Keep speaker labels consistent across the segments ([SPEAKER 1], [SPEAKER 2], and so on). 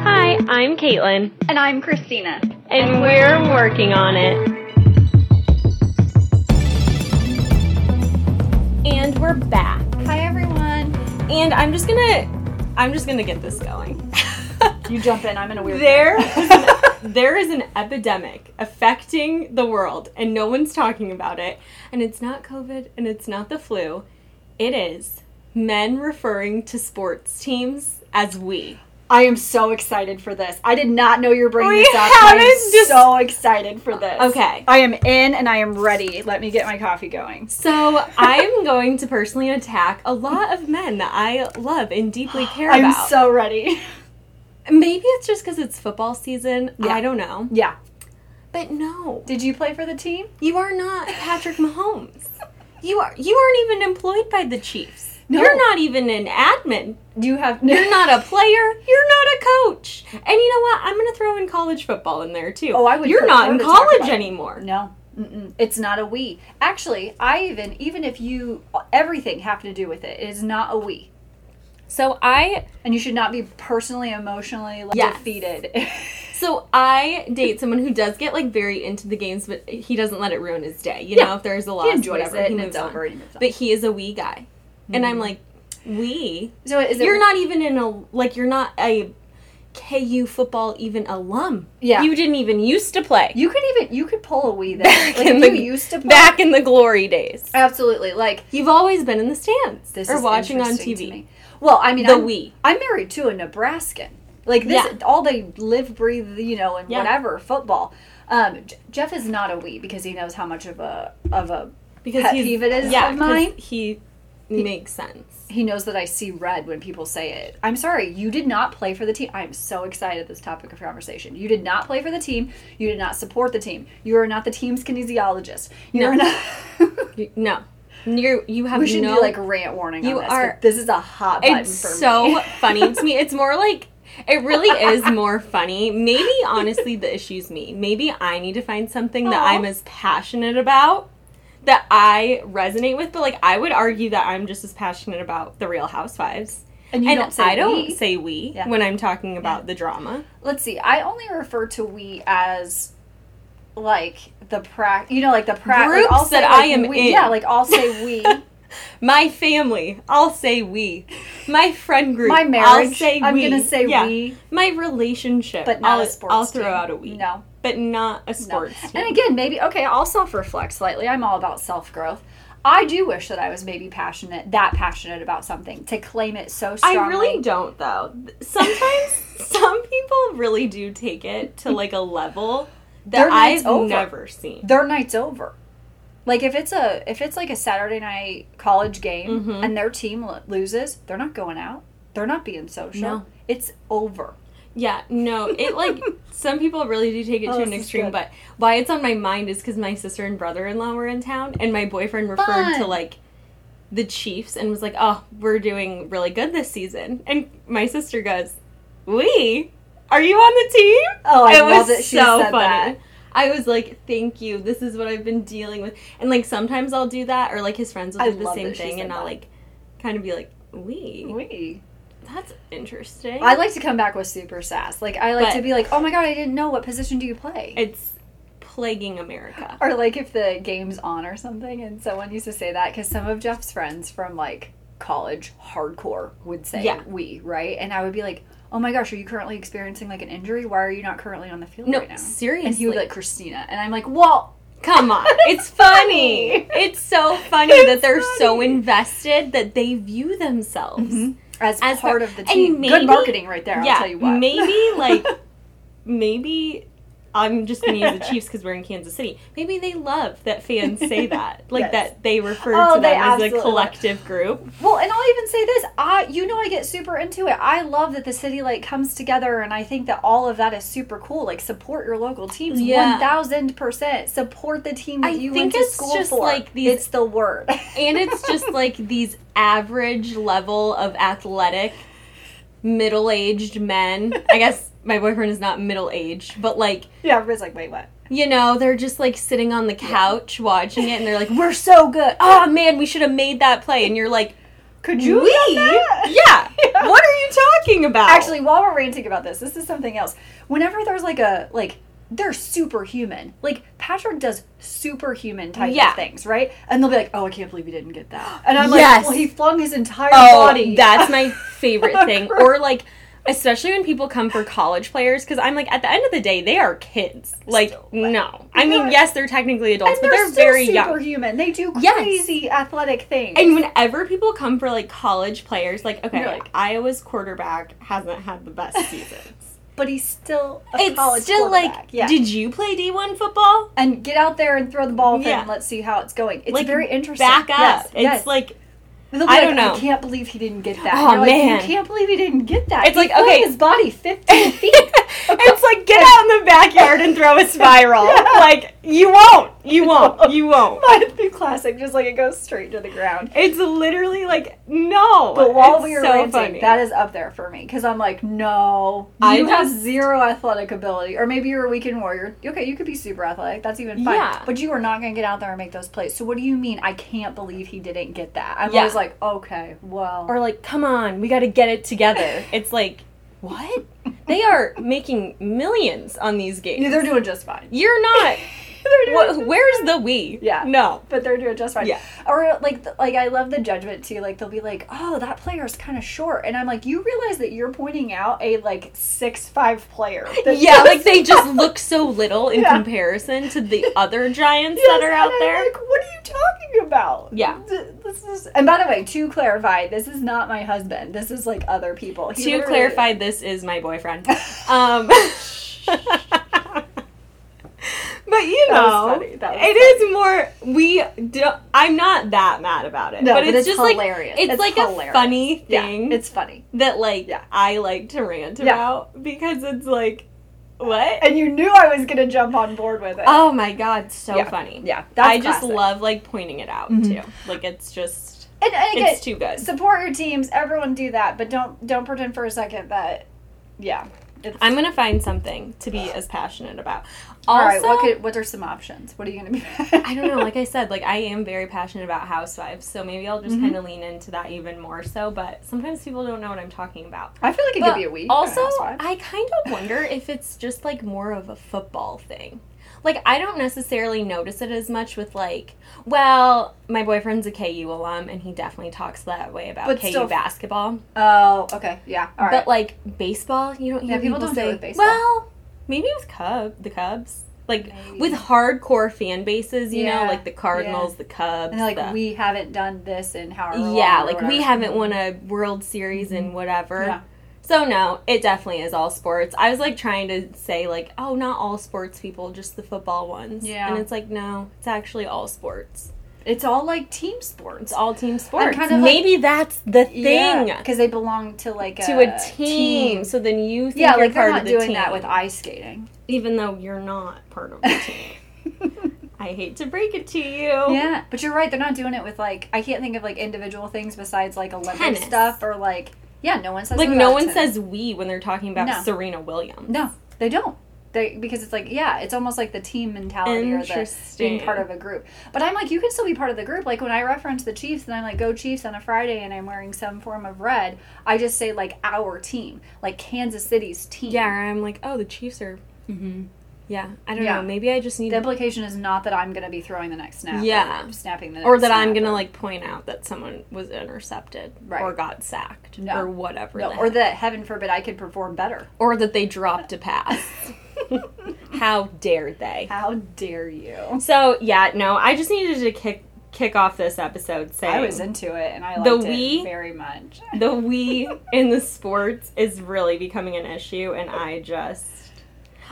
[SPEAKER 1] I'm Caitlin,
[SPEAKER 2] And I'm Christina.
[SPEAKER 1] and we're working on it. And we're back.
[SPEAKER 2] Hi, everyone.
[SPEAKER 1] And I'm just gonna, I'm just gonna get this going.
[SPEAKER 2] You jump in. I'm in a weird.
[SPEAKER 1] there, is an, there is an epidemic affecting the world, and no one's talking about it. And it's not COVID, and it's not the flu. It is men referring to sports teams as we.
[SPEAKER 2] I am so excited for this. I did not know you were bringing
[SPEAKER 1] We
[SPEAKER 2] this up. I'm
[SPEAKER 1] haven't dis-
[SPEAKER 2] so excited for this.
[SPEAKER 1] Okay.
[SPEAKER 2] I am in and I am ready. Let me get my coffee going.
[SPEAKER 1] So I'm going to personally attack a lot of men that I love and deeply care
[SPEAKER 2] I'm
[SPEAKER 1] about.
[SPEAKER 2] so ready.
[SPEAKER 1] Maybe it's just because it's football season.
[SPEAKER 2] Yeah.
[SPEAKER 1] I don't know.
[SPEAKER 2] Yeah.
[SPEAKER 1] But no,
[SPEAKER 2] Did you play for the team?
[SPEAKER 1] you are not Patrick Mahomes. You are. You aren't even employed by the Chiefs.
[SPEAKER 2] No.
[SPEAKER 1] You're not even an admin.
[SPEAKER 2] You have.
[SPEAKER 1] You're not a player. You're not a coach. And you know what? I'm going to throw in college football in there too.
[SPEAKER 2] Oh, I would
[SPEAKER 1] You're not
[SPEAKER 2] prefer
[SPEAKER 1] in
[SPEAKER 2] to talk
[SPEAKER 1] college
[SPEAKER 2] about it.
[SPEAKER 1] anymore.
[SPEAKER 2] No. Mm-mm. It's not a we. Actually, I even even if you everything have to do with it, it is not a we.
[SPEAKER 1] So I
[SPEAKER 2] And you should not be personally emotionally like,
[SPEAKER 1] Yes.
[SPEAKER 2] defeated.
[SPEAKER 1] So I date someone who does get like very into the games, but he doesn't let it ruin his day. You
[SPEAKER 2] Yeah.
[SPEAKER 1] know, if there's a loss,
[SPEAKER 2] he enjoys
[SPEAKER 1] whatever,
[SPEAKER 2] it
[SPEAKER 1] he
[SPEAKER 2] and
[SPEAKER 1] moves
[SPEAKER 2] it's
[SPEAKER 1] on.
[SPEAKER 2] over. and he moves on.
[SPEAKER 1] But he is a wee guy, and I'm like, we.
[SPEAKER 2] so is it
[SPEAKER 1] You're not even in a like. You're not a KU football even alum.
[SPEAKER 2] Yeah.
[SPEAKER 1] you didn't even used to play
[SPEAKER 2] You could even you could pull a wee there. Like
[SPEAKER 1] in
[SPEAKER 2] if you
[SPEAKER 1] the-
[SPEAKER 2] used to pull,
[SPEAKER 1] back in the glory days.
[SPEAKER 2] absolutely. Like
[SPEAKER 1] You've always been in the stands
[SPEAKER 2] this
[SPEAKER 1] or
[SPEAKER 2] is
[SPEAKER 1] watching on
[SPEAKER 2] interesting to
[SPEAKER 1] TV.
[SPEAKER 2] me. Well, I mean,
[SPEAKER 1] The
[SPEAKER 2] I'm,
[SPEAKER 1] we.
[SPEAKER 2] I'm married to a Nebraskan. Like this,
[SPEAKER 1] Yeah.
[SPEAKER 2] all they live, breathe, you know, and
[SPEAKER 1] Yeah.
[SPEAKER 2] whatever football. Um, J- Jeff is not a wee because he knows how much of a of a
[SPEAKER 1] Because
[SPEAKER 2] pet
[SPEAKER 1] he's
[SPEAKER 2] peeve it is
[SPEAKER 1] yeah,
[SPEAKER 2] of mine.
[SPEAKER 1] 'cause He makes sense.
[SPEAKER 2] he knows that I see red when people say it. I'm sorry, you did not play for the team. I'm so excited at this topic of conversation. You did not play for the team. You did not support the team. You are not the team's kinesiologist. You
[SPEAKER 1] No.
[SPEAKER 2] are not.
[SPEAKER 1] You- No, you you have
[SPEAKER 2] We should
[SPEAKER 1] no
[SPEAKER 2] do like a rant warning.
[SPEAKER 1] You
[SPEAKER 2] on this,
[SPEAKER 1] are-
[SPEAKER 2] but This is a hot button
[SPEAKER 1] it's
[SPEAKER 2] for
[SPEAKER 1] so
[SPEAKER 2] me.
[SPEAKER 1] funny to me it's more like it really is more funny maybe honestly the issue's me maybe i need to find something that
[SPEAKER 2] Aw.
[SPEAKER 1] i'm as passionate about that i resonate with but like i would argue that i'm just as passionate about the real housewives
[SPEAKER 2] and you
[SPEAKER 1] and
[SPEAKER 2] don't say
[SPEAKER 1] i don't
[SPEAKER 2] we.
[SPEAKER 1] say we
[SPEAKER 2] Yeah.
[SPEAKER 1] when i'm talking about the drama
[SPEAKER 2] Let's see. I only refer to we as like the prac. You know, like the prac.
[SPEAKER 1] Groups
[SPEAKER 2] like, I'll say,
[SPEAKER 1] that
[SPEAKER 2] like,
[SPEAKER 1] I am
[SPEAKER 2] we.
[SPEAKER 1] in.
[SPEAKER 2] Yeah, like I'll say we.
[SPEAKER 1] my family i'll say we my friend group
[SPEAKER 2] My
[SPEAKER 1] i'll
[SPEAKER 2] marriage.
[SPEAKER 1] say
[SPEAKER 2] I'm
[SPEAKER 1] we
[SPEAKER 2] gonna say
[SPEAKER 1] Yeah.
[SPEAKER 2] we,
[SPEAKER 1] my relationship
[SPEAKER 2] but not
[SPEAKER 1] I'll,
[SPEAKER 2] a sports.
[SPEAKER 1] i'll throw
[SPEAKER 2] team.
[SPEAKER 1] out a we
[SPEAKER 2] No,
[SPEAKER 1] but not a
[SPEAKER 2] no.
[SPEAKER 1] sports team.
[SPEAKER 2] And again, maybe okay. I'll self reflect slightly. I'm all about self growth. I do wish that I was maybe passionate, that passionate about something to claim it so strongly.
[SPEAKER 1] I really don't though. Sometimes some people really do take it to like a level that
[SPEAKER 2] Their night's
[SPEAKER 1] I've
[SPEAKER 2] over.
[SPEAKER 1] never seen.
[SPEAKER 2] their night's over. Like if it's a if it's like a Saturday night college game
[SPEAKER 1] Mhm.
[SPEAKER 2] and their team lo- loses, they're not going out. They're not being social.
[SPEAKER 1] No.
[SPEAKER 2] It's over.
[SPEAKER 1] Yeah, no, it like some people really do take it
[SPEAKER 2] Oh,
[SPEAKER 1] to
[SPEAKER 2] this
[SPEAKER 1] an
[SPEAKER 2] is
[SPEAKER 1] extreme,
[SPEAKER 2] good.
[SPEAKER 1] but why it's on my mind is because my sister and brother in law were in town, and my boyfriend referred to
[SPEAKER 2] Fun.
[SPEAKER 1] like the Chiefs and was like, "Oh, we're doing really good this season," and my sister goes, "We." Are you on the team?
[SPEAKER 2] Oh, I love that she said that.
[SPEAKER 1] I was like, "Thank you. This is what I've been dealing with." And like sometimes I'll do that, or like his friends will
[SPEAKER 2] I
[SPEAKER 1] do the
[SPEAKER 2] love
[SPEAKER 1] same
[SPEAKER 2] that she
[SPEAKER 1] thing,
[SPEAKER 2] said
[SPEAKER 1] and I'll
[SPEAKER 2] that.
[SPEAKER 1] like kind of be like, "We,
[SPEAKER 2] We.
[SPEAKER 1] that's interesting."
[SPEAKER 2] I like to come back with super sass. Like I like
[SPEAKER 1] But-
[SPEAKER 2] to be like, "Oh my god, I didn't know what position do you play?"
[SPEAKER 1] it's plaguing America.
[SPEAKER 2] or like if the game's on or something and someone used to say that cuz some of Jeff's friends from like college hardcore would say
[SPEAKER 1] Yeah.
[SPEAKER 2] we, right? And I would be like, "Oh my gosh, are you currently experiencing like an injury? Why are you not currently on the field
[SPEAKER 1] No,
[SPEAKER 2] right now?"
[SPEAKER 1] seriously.
[SPEAKER 2] And he would be like, "Christina." And I'm like, "Well,
[SPEAKER 1] Come on, it's funny.
[SPEAKER 2] funny.
[SPEAKER 1] It's so funny that
[SPEAKER 2] It's
[SPEAKER 1] they're so
[SPEAKER 2] funny. Mm-hmm.
[SPEAKER 1] invested that they view themselves
[SPEAKER 2] as,
[SPEAKER 1] Mm-hmm. As
[SPEAKER 2] part
[SPEAKER 1] the-
[SPEAKER 2] of the
[SPEAKER 1] and
[SPEAKER 2] team.
[SPEAKER 1] maybe-
[SPEAKER 2] Good marketing right there.
[SPEAKER 1] yeah,
[SPEAKER 2] I'll tell you what.
[SPEAKER 1] maybe, like, maybe I'm just gonna use the Chiefs because we're in Kansas City. Maybe they love that fans say that, like
[SPEAKER 2] Yes.
[SPEAKER 1] that they refer
[SPEAKER 2] Oh,
[SPEAKER 1] to
[SPEAKER 2] they
[SPEAKER 1] them as a
[SPEAKER 2] absolutely love-
[SPEAKER 1] collective group.
[SPEAKER 2] well, and I'll even say this: I, you know, I get super into it. I love that the city like comes together, and I think that all of that is super cool. Like, support your local teams.
[SPEAKER 1] Yeah.
[SPEAKER 2] One thousand percent support the team that
[SPEAKER 1] I
[SPEAKER 2] you
[SPEAKER 1] think
[SPEAKER 2] went to
[SPEAKER 1] it's
[SPEAKER 2] school
[SPEAKER 1] just
[SPEAKER 2] for.
[SPEAKER 1] like these-
[SPEAKER 2] it's the word.
[SPEAKER 1] And it's just like these average level of athletic, middle aged men. I guess my boyfriend is not middle aged, but like
[SPEAKER 2] yeah, everybody's like, wait, what?
[SPEAKER 1] you know, they're just like sitting on the couch watching it and they're like,
[SPEAKER 2] We're so good.
[SPEAKER 1] oh man, we should have made that play. And you're like,
[SPEAKER 2] Could you? have
[SPEAKER 1] we?
[SPEAKER 2] done that?
[SPEAKER 1] Yeah.
[SPEAKER 2] Yeah.
[SPEAKER 1] What are you talking about?
[SPEAKER 2] Actually, while we're ranting about this, this is something else. Whenever there's like a like they're superhuman. Like Patrick does superhuman type
[SPEAKER 1] Yeah.
[SPEAKER 2] of things, right? And they'll be like, "Oh, I can't believe he didn't get that." And I'm
[SPEAKER 1] Yes.
[SPEAKER 2] like, "Well, he flung his entire
[SPEAKER 1] oh,
[SPEAKER 2] body."
[SPEAKER 1] that's my favorite thing.
[SPEAKER 2] Across-
[SPEAKER 1] Or like, especially when people come for college players, because I'm like, at the end of the day, they are kids. Like,
[SPEAKER 2] Still, like,
[SPEAKER 1] no. I
[SPEAKER 2] yeah.
[SPEAKER 1] mean, yes, they're technically
[SPEAKER 2] and
[SPEAKER 1] adults,
[SPEAKER 2] they're,
[SPEAKER 1] but they're
[SPEAKER 2] still
[SPEAKER 1] very young.
[SPEAKER 2] superhuman. They do
[SPEAKER 1] Yes.
[SPEAKER 2] crazy athletic things.
[SPEAKER 1] And whenever people come for like college players, like okay,
[SPEAKER 2] You're
[SPEAKER 1] like Iowa's quarterback hasn't had the best seasons.
[SPEAKER 2] but he's still a college
[SPEAKER 1] it's still like,
[SPEAKER 2] quarterback. yeah.
[SPEAKER 1] did you play D one football?
[SPEAKER 2] and get out there and throw the ball
[SPEAKER 1] Yeah.
[SPEAKER 2] yeah. and let's see how it's going. It's
[SPEAKER 1] Like,
[SPEAKER 2] very interesting.
[SPEAKER 1] Back up.
[SPEAKER 2] Yes,
[SPEAKER 1] it's
[SPEAKER 2] yes.
[SPEAKER 1] like
[SPEAKER 2] And they'll
[SPEAKER 1] I don't know.
[SPEAKER 2] I can't believe he didn't get that.
[SPEAKER 1] Oh,
[SPEAKER 2] And you're like,
[SPEAKER 1] man.
[SPEAKER 2] you can't believe he didn't get that.
[SPEAKER 1] It's
[SPEAKER 2] He
[SPEAKER 1] like,
[SPEAKER 2] flung
[SPEAKER 1] okay.
[SPEAKER 2] his body fifteen feet.
[SPEAKER 1] it's like get out in the backyard and throw a spiral. Like you won't, you won't, you won't.
[SPEAKER 2] Might be classic, just like it goes straight to the ground.
[SPEAKER 1] It's literally like no.
[SPEAKER 2] But while
[SPEAKER 1] It's
[SPEAKER 2] we were
[SPEAKER 1] so
[SPEAKER 2] ranting,
[SPEAKER 1] funny.
[SPEAKER 2] that is up there for me because I'm like, no, you
[SPEAKER 1] I
[SPEAKER 2] have
[SPEAKER 1] just-
[SPEAKER 2] zero athletic ability, or maybe you're a weekend warrior. Okay, you could be super athletic. That's even fine.
[SPEAKER 1] Yeah.
[SPEAKER 2] But you are not going to get out there and make those plays. So what do you mean? I can't believe he didn't get that. I'm
[SPEAKER 1] Yeah.
[SPEAKER 2] always like, okay, well,
[SPEAKER 1] or like come on, we got to get it together. It's like what? They are making millions on these games.
[SPEAKER 2] Yeah, they're doing just fine.
[SPEAKER 1] You're not.
[SPEAKER 2] They're doing
[SPEAKER 1] Wha
[SPEAKER 2] just
[SPEAKER 1] where's the we?
[SPEAKER 2] Yeah.
[SPEAKER 1] No.
[SPEAKER 2] but they're doing just fine.
[SPEAKER 1] Yeah.
[SPEAKER 2] Or like, th- like I love the judgment too. Like they'll be like, "Oh, that player is kind of short," and I'm like, "You realize that you're pointing out a like six five player?" that
[SPEAKER 1] yeah,
[SPEAKER 2] just-
[SPEAKER 1] like they just look so little in
[SPEAKER 2] Yeah.
[SPEAKER 1] comparison to the other giants that
[SPEAKER 2] Yes,
[SPEAKER 1] are
[SPEAKER 2] and
[SPEAKER 1] out
[SPEAKER 2] I'm
[SPEAKER 1] there.
[SPEAKER 2] Like, what are you talking about?
[SPEAKER 1] Yeah.
[SPEAKER 2] Th- This is. And by the way, to clarify, this is not my husband. This is like other people. He
[SPEAKER 1] to
[SPEAKER 2] literally-
[SPEAKER 1] clarify, this is my boyfriend. Um, but you
[SPEAKER 2] That was
[SPEAKER 1] know,
[SPEAKER 2] funny. That was
[SPEAKER 1] it is more. We do, I'm not that mad about it,
[SPEAKER 2] No,
[SPEAKER 1] but, it's, just
[SPEAKER 2] hilarious.
[SPEAKER 1] like it's, like
[SPEAKER 2] hilarious.
[SPEAKER 1] a funny thing
[SPEAKER 2] Yeah, it's funny.
[SPEAKER 1] that like
[SPEAKER 2] Yeah.
[SPEAKER 1] I like to rant
[SPEAKER 2] Yeah.
[SPEAKER 1] about because it's like what?
[SPEAKER 2] And you knew I was gonna jump on board with it.
[SPEAKER 1] oh my god, so
[SPEAKER 2] Yeah.
[SPEAKER 1] funny.
[SPEAKER 2] yeah, that's
[SPEAKER 1] I just
[SPEAKER 2] classic.
[SPEAKER 1] love like pointing it out
[SPEAKER 2] Mhm.
[SPEAKER 1] too. Like it's just
[SPEAKER 2] And, and again,
[SPEAKER 1] it's too good.
[SPEAKER 2] support your teams everyone do that but don't don't pretend for a second that yeah it's,
[SPEAKER 1] I'm gonna find something to be as passionate about.
[SPEAKER 2] all
[SPEAKER 1] Also,
[SPEAKER 2] right what could what are some options what are you gonna be
[SPEAKER 1] I don't know. Like I said, like I am very passionate about housewives, so maybe I'll just
[SPEAKER 2] Mhm.
[SPEAKER 1] kind of lean into that even more so. But sometimes people don't know what I'm talking about.
[SPEAKER 2] i feel like it
[SPEAKER 1] But
[SPEAKER 2] could be a week
[SPEAKER 1] Also,
[SPEAKER 2] I,
[SPEAKER 1] I kind of wonder if it's just like more of a football thing. Like I don't necessarily notice it as much with like, well, my boyfriend's a KU alum and he definitely talks that way about
[SPEAKER 2] But
[SPEAKER 1] KU
[SPEAKER 2] still-
[SPEAKER 1] basketball.
[SPEAKER 2] oh okay yeah all right
[SPEAKER 1] But like baseball, you don't hear
[SPEAKER 2] Yeah, people
[SPEAKER 1] people,
[SPEAKER 2] don't do it
[SPEAKER 1] say.
[SPEAKER 2] with baseball.
[SPEAKER 1] Well, maybe with Cub, the Cubs, like
[SPEAKER 2] Maybe.
[SPEAKER 1] with hardcore fan bases, you
[SPEAKER 2] Yeah,
[SPEAKER 1] know, like the Cardinals, the Cubs,
[SPEAKER 2] and they're like
[SPEAKER 1] the-
[SPEAKER 2] we haven't done this in however long
[SPEAKER 1] yeah,
[SPEAKER 2] or
[SPEAKER 1] like we
[SPEAKER 2] whatever.
[SPEAKER 1] haven't won a World Series in whatever.
[SPEAKER 2] Mm-hmm. Yeah.
[SPEAKER 1] So no, it definitely is all sports. I was like trying to say like, oh, not all sports people, just the football ones.
[SPEAKER 2] Yeah.
[SPEAKER 1] and it's like no, it's actually all sports.
[SPEAKER 2] it's all like team sports
[SPEAKER 1] It's all team sports.
[SPEAKER 2] kind of like-
[SPEAKER 1] Maybe that's the thing
[SPEAKER 2] because they belong to like
[SPEAKER 1] to a team. So then you think
[SPEAKER 2] yeah
[SPEAKER 1] you're
[SPEAKER 2] like they're
[SPEAKER 1] part
[SPEAKER 2] not
[SPEAKER 1] of the
[SPEAKER 2] doing
[SPEAKER 1] team.
[SPEAKER 2] that with ice skating
[SPEAKER 1] even though you're not part of the team. I hate to break it to you.
[SPEAKER 2] Yeah, but you're right. They're not doing it with like I can't think of like individual things besides like Olympic
[SPEAKER 1] Tennis.
[SPEAKER 2] stuff or like yeah. No one says
[SPEAKER 1] Like
[SPEAKER 2] that
[SPEAKER 1] no
[SPEAKER 2] about
[SPEAKER 1] one
[SPEAKER 2] tennis.
[SPEAKER 1] says we when they're talking about
[SPEAKER 2] No.
[SPEAKER 1] Serena Williams.
[SPEAKER 2] no. They don't. They because it's like yeah, it's almost like the team mentality or the being
[SPEAKER 1] Interesting.
[SPEAKER 2] part of a group. But I'm like, you can still be part of the group. Like when I reference the Chiefs and I'm like, go Chiefs on a Friday and I'm wearing some form of red. I just say like our team, like Kansas City's team.
[SPEAKER 1] Yeah, or I'm like, oh, the Chiefs are.
[SPEAKER 2] Mm-hmm.
[SPEAKER 1] Yeah, I don't
[SPEAKER 2] Yeah.
[SPEAKER 1] know. Maybe I just need
[SPEAKER 2] The implication is not that I'm gonna be throwing the next snap.
[SPEAKER 1] Yeah.
[SPEAKER 2] Or snapping the. Next
[SPEAKER 1] or that I'm
[SPEAKER 2] snap
[SPEAKER 1] gonna like point out that someone was intercepted
[SPEAKER 2] Right.
[SPEAKER 1] or got sacked
[SPEAKER 2] No.
[SPEAKER 1] or whatever,
[SPEAKER 2] No,
[SPEAKER 1] the
[SPEAKER 2] or
[SPEAKER 1] heck-
[SPEAKER 2] that heaven forbid I could perform better.
[SPEAKER 1] or that they dropped a pass. How dare they?
[SPEAKER 2] How dare you?
[SPEAKER 1] So yeah, no, I just needed to kick kick off this episode saying
[SPEAKER 2] I was into it and I liked
[SPEAKER 1] The
[SPEAKER 2] it
[SPEAKER 1] we-
[SPEAKER 2] very much.
[SPEAKER 1] the we in the sports is really becoming an issue and i just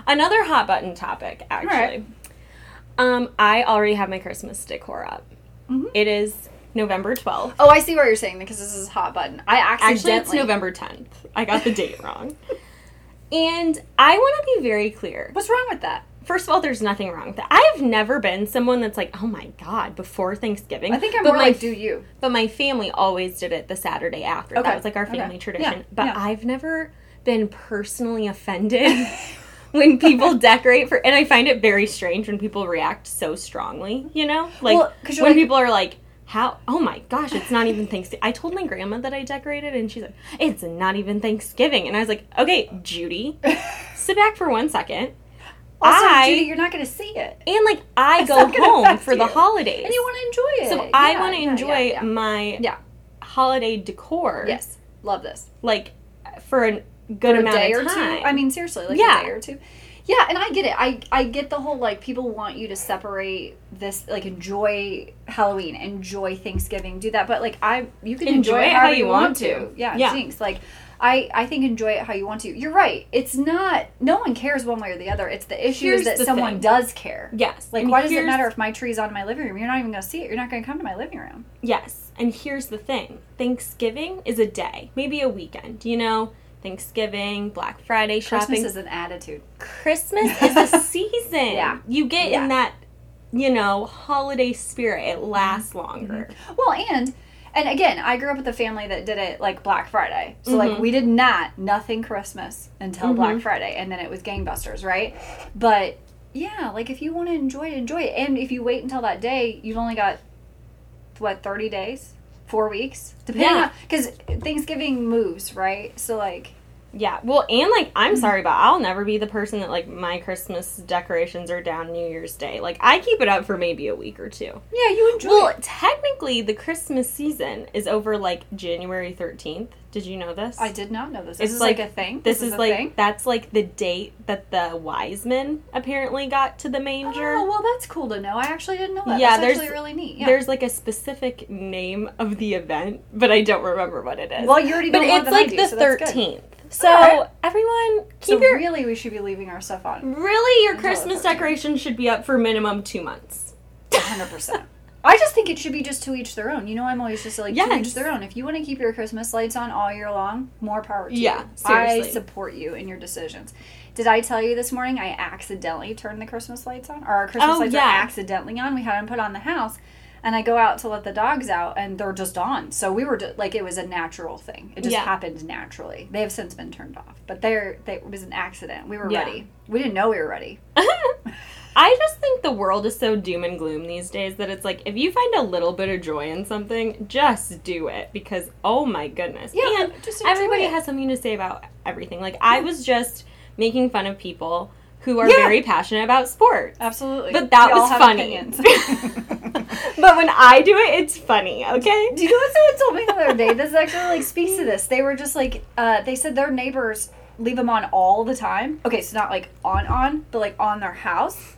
[SPEAKER 1] another hot button topic actually
[SPEAKER 2] Alright.
[SPEAKER 1] um i already have my christmas decor up
[SPEAKER 2] Mhm.
[SPEAKER 1] It is november 12th
[SPEAKER 2] Oh, I see what you're saying because this is a hot button. I accidentally
[SPEAKER 1] actually it's november 10th i got the date wrong and i want to be very clear
[SPEAKER 2] What's wrong with that?
[SPEAKER 1] first of all there's nothing wrong with that i've never been someone that's like oh my god before thanksgiving
[SPEAKER 2] I think I'm
[SPEAKER 1] but
[SPEAKER 2] more
[SPEAKER 1] my
[SPEAKER 2] like do you.
[SPEAKER 1] But my family always did it the Saturday after.
[SPEAKER 2] Okay.
[SPEAKER 1] That was like our
[SPEAKER 2] Okay.
[SPEAKER 1] family tradition.
[SPEAKER 2] Yeah.
[SPEAKER 1] But
[SPEAKER 2] Yeah.
[SPEAKER 1] I've never been personally offended when people decorate for and I find it very strange when people react so strongly, you know? Like
[SPEAKER 2] Well, 'cause you're
[SPEAKER 1] when
[SPEAKER 2] like-
[SPEAKER 1] people are like How? Oh my gosh, it's not even Thanksgiving. I told my grandma that I decorated, and she's like, it's not even Thanksgiving. And I was like, okay, Judy, sit back for one second.
[SPEAKER 2] Also,
[SPEAKER 1] I-
[SPEAKER 2] Judy, you're not going to see it.
[SPEAKER 1] And like, I
[SPEAKER 2] It's
[SPEAKER 1] go
[SPEAKER 2] not gonna
[SPEAKER 1] home
[SPEAKER 2] affect
[SPEAKER 1] for the
[SPEAKER 2] you.
[SPEAKER 1] holidays.
[SPEAKER 2] And you want to enjoy it.
[SPEAKER 1] so I
[SPEAKER 2] Yeah,
[SPEAKER 1] want to
[SPEAKER 2] yeah,
[SPEAKER 1] enjoy
[SPEAKER 2] yeah, yeah.
[SPEAKER 1] my
[SPEAKER 2] Yeah.
[SPEAKER 1] holiday decor.
[SPEAKER 2] Yes. Love this.
[SPEAKER 1] Like, for a good
[SPEAKER 2] For
[SPEAKER 1] amount
[SPEAKER 2] a day
[SPEAKER 1] of
[SPEAKER 2] or
[SPEAKER 1] time.
[SPEAKER 2] two. I mean, seriously, like
[SPEAKER 1] Yeah.
[SPEAKER 2] a day or two. Yeah, and I get it. I I get the whole like people want you to separate this, like enjoy Halloween, enjoy Thanksgiving, do that. But like I, you can enjoy, it how you want, to. Yeah,
[SPEAKER 1] Yeah.
[SPEAKER 2] jinx. Like I I think enjoy it how you want to. You're right. It's not. No one cares one way or the other. It's the issue
[SPEAKER 1] Here's
[SPEAKER 2] is that
[SPEAKER 1] the
[SPEAKER 2] someone
[SPEAKER 1] thing.
[SPEAKER 2] does care.
[SPEAKER 1] yes.
[SPEAKER 2] Like
[SPEAKER 1] And
[SPEAKER 2] why does it
[SPEAKER 1] here's-
[SPEAKER 2] matter if my tree's on my living room? You're not even gonna see it. You're not gonna come to my living room.
[SPEAKER 1] Yes. And here's the thing Thanksgiving is a day, maybe a weekend, you know? Thanksgiving, Black Friday shopping.
[SPEAKER 2] Christmas is an attitude.
[SPEAKER 1] Christmas is a season.
[SPEAKER 2] Yeah.
[SPEAKER 1] You get
[SPEAKER 2] Yeah.
[SPEAKER 1] in that, you know, holiday spirit. It lasts
[SPEAKER 2] Mm-hmm.
[SPEAKER 1] longer.
[SPEAKER 2] Well, and and again, I grew up with a family that did it like Black Friday. So like
[SPEAKER 1] Mhm.
[SPEAKER 2] we did not nothing Christmas until Black
[SPEAKER 1] Mhm.
[SPEAKER 2] Friday and then it was gangbusters, right? But yeah, like if you want to enjoy it, enjoy it. And if you wait until that day, you've only got what, 30 days? 4 weeks? Depending
[SPEAKER 1] Yeah.
[SPEAKER 2] on cuz Thanksgiving moves, right? So like
[SPEAKER 1] Yeah. Well, and like, I'm
[SPEAKER 2] Mm-hmm.
[SPEAKER 1] sorry, but I'll never be the person that, like, my Christmas decorations are down New Year's Day. Like, I keep it up for maybe a week or two.
[SPEAKER 2] yeah, you enjoy
[SPEAKER 1] Well,
[SPEAKER 2] it.
[SPEAKER 1] technically, the Christmas season is over, like, January 13th. Did you know this?
[SPEAKER 2] I did not know this.
[SPEAKER 1] it's
[SPEAKER 2] This is like,
[SPEAKER 1] like-
[SPEAKER 2] a thing.
[SPEAKER 1] This, is,
[SPEAKER 2] a
[SPEAKER 1] like
[SPEAKER 2] thing?
[SPEAKER 1] that's like the date that the wise men apparently got to the manger.
[SPEAKER 2] Oh, well that's cool to know. I actually didn't know that.
[SPEAKER 1] Yeah,
[SPEAKER 2] that's
[SPEAKER 1] there's-
[SPEAKER 2] actually really neat. Yeah.
[SPEAKER 1] There's like a specific name of the event, but I don't remember what it is.
[SPEAKER 2] well, you already know
[SPEAKER 1] but
[SPEAKER 2] more
[SPEAKER 1] it's
[SPEAKER 2] than I
[SPEAKER 1] like
[SPEAKER 2] do,
[SPEAKER 1] the
[SPEAKER 2] so that's good.
[SPEAKER 1] thirteenth. So
[SPEAKER 2] Alright.
[SPEAKER 1] everyone, keep
[SPEAKER 2] so
[SPEAKER 1] your
[SPEAKER 2] really, we should be leaving our stuff on.
[SPEAKER 1] really your
[SPEAKER 2] Until the
[SPEAKER 1] Christmas
[SPEAKER 2] 13th.
[SPEAKER 1] decoration should be up for minimum two months.
[SPEAKER 2] 100. percent I just think it should be just to each their own. You know, I'm always just like to
[SPEAKER 1] Yes.
[SPEAKER 2] each their own. If you want to keep your Christmas lights on all year long, more power to
[SPEAKER 1] Yeah,
[SPEAKER 2] you. I
[SPEAKER 1] seriously.
[SPEAKER 2] support you in your decisions. Did I tell you this morning I accidentally turned the Christmas lights on? Or our Christmas
[SPEAKER 1] Oh,
[SPEAKER 2] lights
[SPEAKER 1] yeah.
[SPEAKER 2] were accidentally on. We had them put on the house, and I go out to let the dogs out, and they're just on. So we were ju- like, it was a natural thing. It just
[SPEAKER 1] Yeah.
[SPEAKER 2] happened naturally. They have since been turned off, but there they, it was an accident. We were
[SPEAKER 1] Yeah.
[SPEAKER 2] ready. We didn't know we were ready.
[SPEAKER 1] I just think the world is so doom and gloom these days that it's like if you find a little bit of joy in something, just do it because oh my goodness.
[SPEAKER 2] Yeah,
[SPEAKER 1] and
[SPEAKER 2] just enjoy
[SPEAKER 1] everybody
[SPEAKER 2] it.
[SPEAKER 1] has something to say about everything. Like I was just making fun of people who are
[SPEAKER 2] Yeah.
[SPEAKER 1] very passionate about sports.
[SPEAKER 2] Absolutely.
[SPEAKER 1] But that
[SPEAKER 2] We all
[SPEAKER 1] was
[SPEAKER 2] have
[SPEAKER 1] funny.
[SPEAKER 2] opinions.
[SPEAKER 1] but when I do it, it's funny, okay?
[SPEAKER 2] Do you know what someone told me the other day? This actually like speaks to this. They were just like, uh, they said their neighbors leave them on all the time. Okay, so not like on on, but like on their house.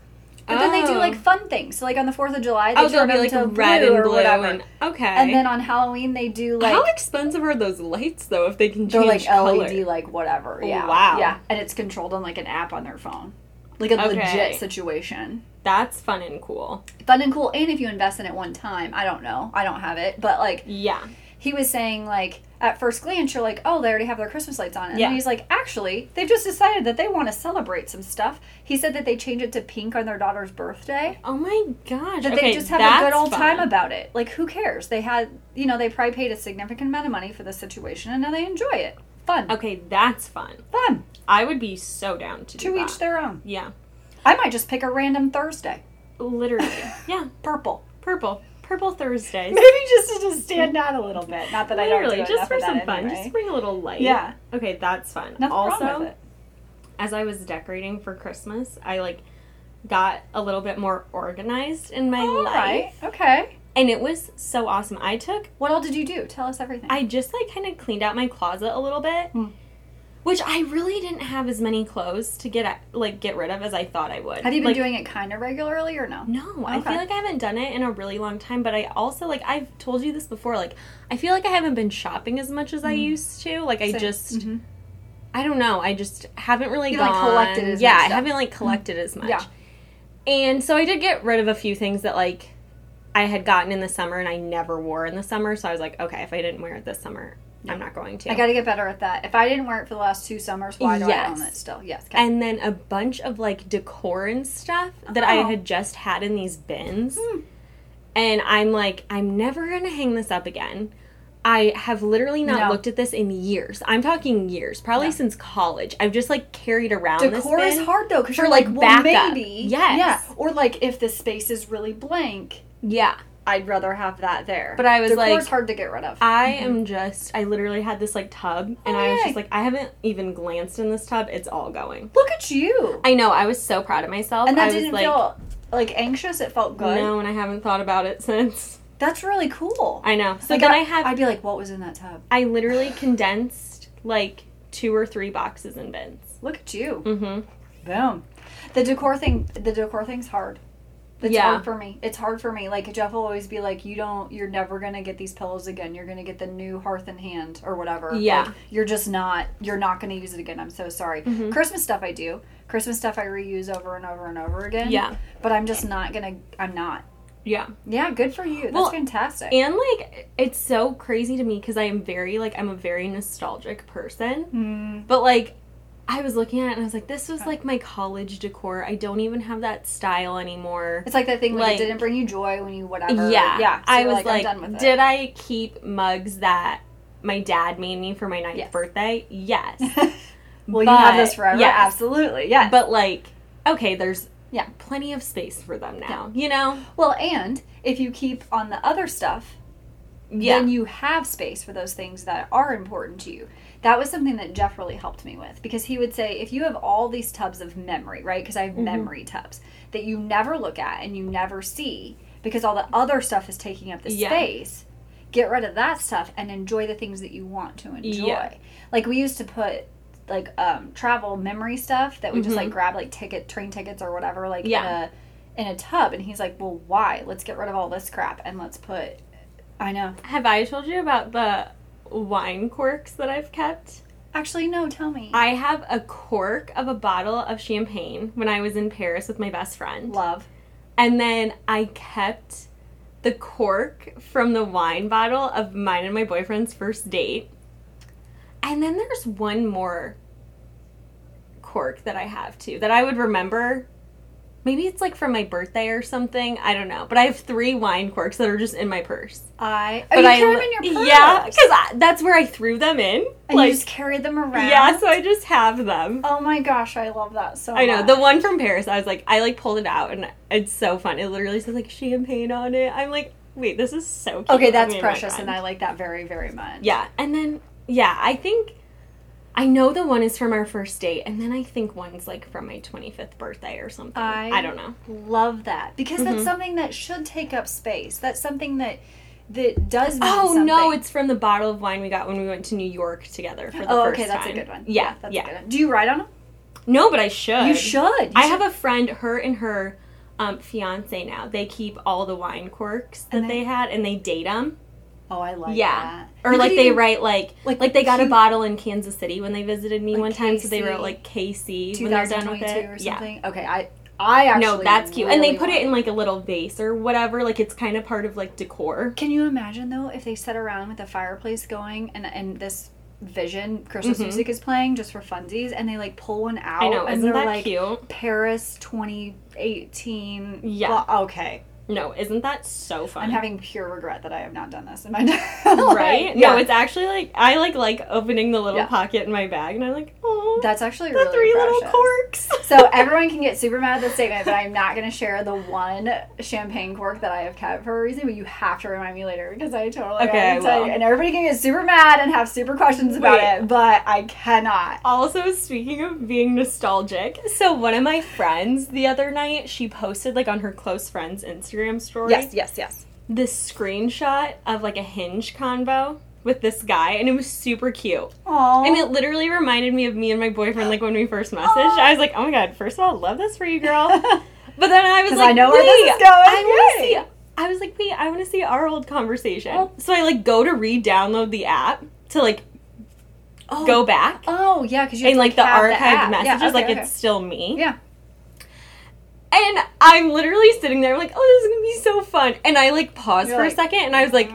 [SPEAKER 2] But then they do
[SPEAKER 1] Oh.
[SPEAKER 2] like fun things. So like on the Fourth of July, they
[SPEAKER 1] Oh, they'll
[SPEAKER 2] turn
[SPEAKER 1] be
[SPEAKER 2] them
[SPEAKER 1] like
[SPEAKER 2] to
[SPEAKER 1] red
[SPEAKER 2] blue
[SPEAKER 1] and
[SPEAKER 2] or
[SPEAKER 1] blue
[SPEAKER 2] whatever.
[SPEAKER 1] and okay.
[SPEAKER 2] And then on Halloween, they do like
[SPEAKER 1] how expensive are those lights though if they can
[SPEAKER 2] they're
[SPEAKER 1] change
[SPEAKER 2] like E
[SPEAKER 1] color?
[SPEAKER 2] LED, like whatever. Yeah,
[SPEAKER 1] wow.
[SPEAKER 2] yeah, and it's controlled on like an app on their phone, like a
[SPEAKER 1] Okay.
[SPEAKER 2] legit situation.
[SPEAKER 1] That's fun and cool.
[SPEAKER 2] Fun and cool, and if you invest in it one time, I don't know, I don't have it, but like
[SPEAKER 1] Yeah.
[SPEAKER 2] he was saying like at first glance you're like oh they already have their christmas lights on and
[SPEAKER 1] Yeah.
[SPEAKER 2] then he's like actually they've just decided that they want to celebrate some stuff he said that they change it to pink on their daughter's birthday
[SPEAKER 1] Oh my gosh.
[SPEAKER 2] that
[SPEAKER 1] okay,
[SPEAKER 2] they just have a good
[SPEAKER 1] that's
[SPEAKER 2] old time
[SPEAKER 1] fun.
[SPEAKER 2] about it like who cares they had you know they probably paid a significant amount of money for this situation and now they enjoy it fun
[SPEAKER 1] Okay, that's fun.
[SPEAKER 2] fun
[SPEAKER 1] I would be so down to do
[SPEAKER 2] to
[SPEAKER 1] that.
[SPEAKER 2] each their own
[SPEAKER 1] yeah,
[SPEAKER 2] i might just pick a random thursday
[SPEAKER 1] literally. yeah,
[SPEAKER 2] purple
[SPEAKER 1] purple, purple Thursdays.
[SPEAKER 2] maybe just to just stand out a little bit not that i
[SPEAKER 1] literally,
[SPEAKER 2] don't
[SPEAKER 1] just
[SPEAKER 2] do enough
[SPEAKER 1] for
[SPEAKER 2] of that
[SPEAKER 1] some fun.
[SPEAKER 2] anyway.
[SPEAKER 1] Just bring a little light.
[SPEAKER 2] yeah
[SPEAKER 1] Okay, that's fun.
[SPEAKER 2] nothing
[SPEAKER 1] also,
[SPEAKER 2] wrong with it
[SPEAKER 1] as I was decorating for Christmas, I like got a little bit more organized in my
[SPEAKER 2] all
[SPEAKER 1] life,
[SPEAKER 2] right okay
[SPEAKER 1] and it was so awesome. I took
[SPEAKER 2] What all did you do? Tell us everything.
[SPEAKER 1] I just like kind of cleaned out my closet a little bit,
[SPEAKER 2] Hmm.
[SPEAKER 1] which I really didn't have as many clothes to get at, like get rid of as I thought I would.
[SPEAKER 2] Have you been
[SPEAKER 1] Like,
[SPEAKER 2] doing it kind of regularly or no?
[SPEAKER 1] No, I
[SPEAKER 2] Okay.
[SPEAKER 1] feel like I haven't done it in a really long time. But I also like I've told you this before. Like I feel like I haven't been shopping as much as I used to. Like I
[SPEAKER 2] Mm-hmm. Same.
[SPEAKER 1] just
[SPEAKER 2] Mhm.
[SPEAKER 1] I don't know. I just haven't really
[SPEAKER 2] You haven't,
[SPEAKER 1] gone.
[SPEAKER 2] like, collected as
[SPEAKER 1] yeah,
[SPEAKER 2] much
[SPEAKER 1] I
[SPEAKER 2] stuff. Mm-hmm.
[SPEAKER 1] haven't like collected as much.
[SPEAKER 2] Yeah.
[SPEAKER 1] And so I did get rid of a few things that like I had gotten in the summer and I never wore in the summer. So I was like, okay, if I didn't wear it this summer, I'm not going to.
[SPEAKER 2] I got to get better at that. If I didn't wear it for the last two summers, why do I own
[SPEAKER 1] Yes.
[SPEAKER 2] it still? Yes. okay.
[SPEAKER 1] and then a bunch of like decor and stuff that I
[SPEAKER 2] Oh.
[SPEAKER 1] had just had in these bins.
[SPEAKER 2] Hmm.
[SPEAKER 1] And I'm like, I'm never gonna hang this up again. I have literally not
[SPEAKER 2] No.
[SPEAKER 1] looked at this in years. I'm talking years, probably
[SPEAKER 2] No.
[SPEAKER 1] since college. I've just like carried around
[SPEAKER 2] Decor
[SPEAKER 1] this
[SPEAKER 2] is
[SPEAKER 1] bin.
[SPEAKER 2] hard though because
[SPEAKER 1] for,
[SPEAKER 2] you're like,
[SPEAKER 1] like,
[SPEAKER 2] well,
[SPEAKER 1] backup.
[SPEAKER 2] maybe.
[SPEAKER 1] Yes.
[SPEAKER 2] Yeah. Or like if the space is really blank,
[SPEAKER 1] Yeah,
[SPEAKER 2] I'd rather have that there.
[SPEAKER 1] But I was
[SPEAKER 2] They're
[SPEAKER 1] like-
[SPEAKER 2] core's hard to get rid of.
[SPEAKER 1] I am just, I literally had this like tub and I was
[SPEAKER 2] Oh, yay.
[SPEAKER 1] just like, I haven't even glanced in this tub. It's all going.
[SPEAKER 2] Look at you.
[SPEAKER 1] I know. I was so proud of myself.
[SPEAKER 2] and that
[SPEAKER 1] I
[SPEAKER 2] didn't
[SPEAKER 1] was like,
[SPEAKER 2] feel like anxious. It felt good.
[SPEAKER 1] no, and I haven't thought about it since.
[SPEAKER 2] That's really cool.
[SPEAKER 1] I know. So
[SPEAKER 2] Like,
[SPEAKER 1] then I have,
[SPEAKER 2] I'd be like, what was in that tub?
[SPEAKER 1] I literally condensed like two or three boxes and bins.
[SPEAKER 2] Look at you.
[SPEAKER 1] Mm-hmm.
[SPEAKER 2] Boom. The decor thing, the decor thing's hard. It's
[SPEAKER 1] Yeah.
[SPEAKER 2] hard for me. It's hard for me. Like Jeff will always be like, "You don't. You're never gonna get these pillows again. You're gonna get the new Hearth and Hand or whatever.
[SPEAKER 1] Yeah.
[SPEAKER 2] Like, you're just not. You're not gonna use it again. I'm so sorry.
[SPEAKER 1] Mm-hmm.
[SPEAKER 2] Christmas stuff I do. Christmas stuff I reuse over and over and over again.
[SPEAKER 1] Yeah.
[SPEAKER 2] But I'm just not gonna. I'm not.
[SPEAKER 1] Yeah.
[SPEAKER 2] Yeah. Good for you. That's
[SPEAKER 1] Well,
[SPEAKER 2] fantastic.
[SPEAKER 1] And like, it's so crazy to me because I am very, like, I'm a very nostalgic person.
[SPEAKER 2] Mm.
[SPEAKER 1] But like, I was looking at it and I was like, this was like my college decor. I don't even have that style anymore.
[SPEAKER 2] It's like that thing when
[SPEAKER 1] Like-
[SPEAKER 2] it didn't bring you joy when you whatever.
[SPEAKER 1] yeah,
[SPEAKER 2] Yeah. So
[SPEAKER 1] I
[SPEAKER 2] you're
[SPEAKER 1] was
[SPEAKER 2] I'm
[SPEAKER 1] like,
[SPEAKER 2] done with it.
[SPEAKER 1] did I keep mugs that my dad made me for my ninth
[SPEAKER 2] Yes.
[SPEAKER 1] birthday? Yes,
[SPEAKER 2] Well, you have this
[SPEAKER 1] But-
[SPEAKER 2] forever.
[SPEAKER 1] yes.
[SPEAKER 2] Absolutely. Yeah.
[SPEAKER 1] but like, okay, there's
[SPEAKER 2] Yeah.
[SPEAKER 1] plenty of space for them now. You know,
[SPEAKER 2] Well, and if you keep on the other stuff,
[SPEAKER 1] yeah,
[SPEAKER 2] then you have space for those things that are important to you. That was something that Jeff really helped me with because he would say, if you have all these tubs of memory, right? Because I
[SPEAKER 1] Mm-hmm.
[SPEAKER 2] have memory tubs that you never look at and you never see because all the other stuff is taking up the
[SPEAKER 1] Yeah.
[SPEAKER 2] space. Get rid of that stuff and enjoy the things that you want to enjoy.
[SPEAKER 1] Yeah.
[SPEAKER 2] Like we used to put like um travel memory stuff that we just like grab like ticket train tickets or whatever like
[SPEAKER 1] Mm-hmm. Yeah.
[SPEAKER 2] in a in a tub and he's like, "Well, why? Let's get rid of all this crap and let's put I know.
[SPEAKER 1] have I told you about the wine corks that I've kept?
[SPEAKER 2] Actually, no, tell me.
[SPEAKER 1] I have a cork of a bottle of champagne when I was in Paris with my best friend.
[SPEAKER 2] love.
[SPEAKER 1] And then I kept the cork from the wine bottle of mine and my boyfriend's first date. And then there's one more cork that I have too that I would remember. Maybe it's like from my birthday or something. I don't know. But I have three wine corks that are just in my purse.
[SPEAKER 2] I. Oh,
[SPEAKER 1] But
[SPEAKER 2] you
[SPEAKER 1] I
[SPEAKER 2] carry them
[SPEAKER 1] li-
[SPEAKER 2] in your purse.
[SPEAKER 1] Yeah, because that's where I threw them in.
[SPEAKER 2] and
[SPEAKER 1] like,
[SPEAKER 2] you just carry them around.
[SPEAKER 1] yeah, so I just have them.
[SPEAKER 2] oh my gosh, I love that so.
[SPEAKER 1] I know
[SPEAKER 2] much.
[SPEAKER 1] the one from Paris. I was like, I like pulled it out, and it's so fun. It literally says like champagne on it. I'm like, wait, this is so cute.
[SPEAKER 2] Okay, that's
[SPEAKER 1] Me and my
[SPEAKER 2] precious, and
[SPEAKER 1] friend.
[SPEAKER 2] I like that very, very much.
[SPEAKER 1] yeah, and then yeah, I think I know the one is from our first date, and then I think one's like from my 25th birthday or something.
[SPEAKER 2] I-
[SPEAKER 1] I don't know.
[SPEAKER 2] love that because that's
[SPEAKER 1] Mhm.
[SPEAKER 2] something that should take up space. That's something that that does. Mean
[SPEAKER 1] Oh no,
[SPEAKER 2] something.
[SPEAKER 1] it's from the bottle of wine we got when we went to New York together for the
[SPEAKER 2] oh,
[SPEAKER 1] first
[SPEAKER 2] okay, that's
[SPEAKER 1] time.
[SPEAKER 2] a good one.
[SPEAKER 1] Yeah,
[SPEAKER 2] that's
[SPEAKER 1] yeah.
[SPEAKER 2] a good one. Do you ride on them?
[SPEAKER 1] No, but I should.
[SPEAKER 2] You should. You
[SPEAKER 1] I
[SPEAKER 2] should.
[SPEAKER 1] have a friend, her and her um, fiance now. They keep all the wine corks that
[SPEAKER 2] And
[SPEAKER 1] they,
[SPEAKER 2] they-
[SPEAKER 1] had, and they date them.
[SPEAKER 2] Oh, I like
[SPEAKER 1] yeah,
[SPEAKER 2] that.
[SPEAKER 1] or
[SPEAKER 2] You
[SPEAKER 1] like
[SPEAKER 2] could
[SPEAKER 1] they
[SPEAKER 2] even-
[SPEAKER 1] write like like,
[SPEAKER 2] like,
[SPEAKER 1] they got a
[SPEAKER 2] cute-
[SPEAKER 1] bottle in Kansas City when they visited me
[SPEAKER 2] Like
[SPEAKER 1] one time, so they wrote
[SPEAKER 2] KC,
[SPEAKER 1] like KC when they're done with
[SPEAKER 2] 2022
[SPEAKER 1] it.
[SPEAKER 2] or
[SPEAKER 1] yeah.
[SPEAKER 2] something. Okay, I I actually
[SPEAKER 1] No, that's cute. And they
[SPEAKER 2] really
[SPEAKER 1] put
[SPEAKER 2] want
[SPEAKER 1] it in like a little vase or whatever. Like it's kind of part of like decor.
[SPEAKER 2] Can you imagine though if they sat around with the fireplace going and and this vision Christmas
[SPEAKER 1] Mhm.
[SPEAKER 2] music is playing just for funsies and they like pull one out
[SPEAKER 1] I know.
[SPEAKER 2] and
[SPEAKER 1] Isn't
[SPEAKER 2] Oh, they're
[SPEAKER 1] that
[SPEAKER 2] like
[SPEAKER 1] cute?
[SPEAKER 2] Paris 2018
[SPEAKER 1] Yeah.
[SPEAKER 2] blah- okay
[SPEAKER 1] No, isn't that so fun?
[SPEAKER 2] I'm having pure regret that I have not done this in my like,
[SPEAKER 1] right?
[SPEAKER 2] yeah.
[SPEAKER 1] No, it's actually like I like like opening the little
[SPEAKER 2] Yeah.
[SPEAKER 1] pocket in my bag, and I'm like, oh,
[SPEAKER 2] that's actually
[SPEAKER 1] the
[SPEAKER 2] really
[SPEAKER 1] three little
[SPEAKER 2] precious.
[SPEAKER 1] corks.
[SPEAKER 2] So everyone can get super mad at this statement, but I'm not gonna share the one champagne cork that I have kept for a reason. But you have to remind me later because I totally
[SPEAKER 1] Okay, I
[SPEAKER 2] have to tell
[SPEAKER 1] will.
[SPEAKER 2] you. And everybody can get super mad and have super questions about
[SPEAKER 1] Wait.
[SPEAKER 2] it, but I cannot.
[SPEAKER 1] Also, speaking of being nostalgic, so one of my friends the other night, she posted like on her close friend's Instagram story
[SPEAKER 2] Yes, yes, yes.
[SPEAKER 1] this screenshot of like a hinge convo with this guy, and it was super cute.
[SPEAKER 2] Aww.
[SPEAKER 1] And it literally reminded me of me and my boyfriend like when we first messaged. I was like, oh my god, first of all, love this for you, girl. But then I was
[SPEAKER 2] 'Cause
[SPEAKER 1] like,
[SPEAKER 2] I know
[SPEAKER 1] wait,
[SPEAKER 2] where this is going.
[SPEAKER 1] I want to
[SPEAKER 2] Yay.
[SPEAKER 1] see. I was like, wait, I want to see our old conversation.
[SPEAKER 2] Oh.
[SPEAKER 1] So I like go to re-download the app to like go back
[SPEAKER 2] Oh yeah, because you
[SPEAKER 1] and like the
[SPEAKER 2] have to
[SPEAKER 1] archived
[SPEAKER 2] have the app.
[SPEAKER 1] messages,
[SPEAKER 2] Yeah, okay,
[SPEAKER 1] like
[SPEAKER 2] okay.
[SPEAKER 1] it's still me.
[SPEAKER 2] yeah.
[SPEAKER 1] And I'm literally sitting there like, oh, this is gonna be so fun. And I like paused
[SPEAKER 2] You're
[SPEAKER 1] for a
[SPEAKER 2] like, "Mm."
[SPEAKER 1] second, and I was like.